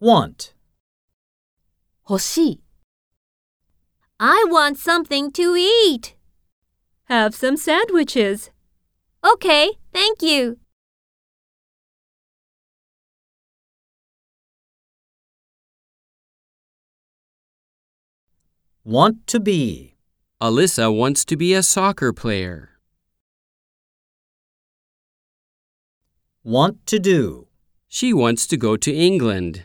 Want. 欲しい、 I want something to eat. Have some sandwiches. Okay, thank you. Want to be. Alyssa wants to be a soccer player. Want to do. She wants to go to England.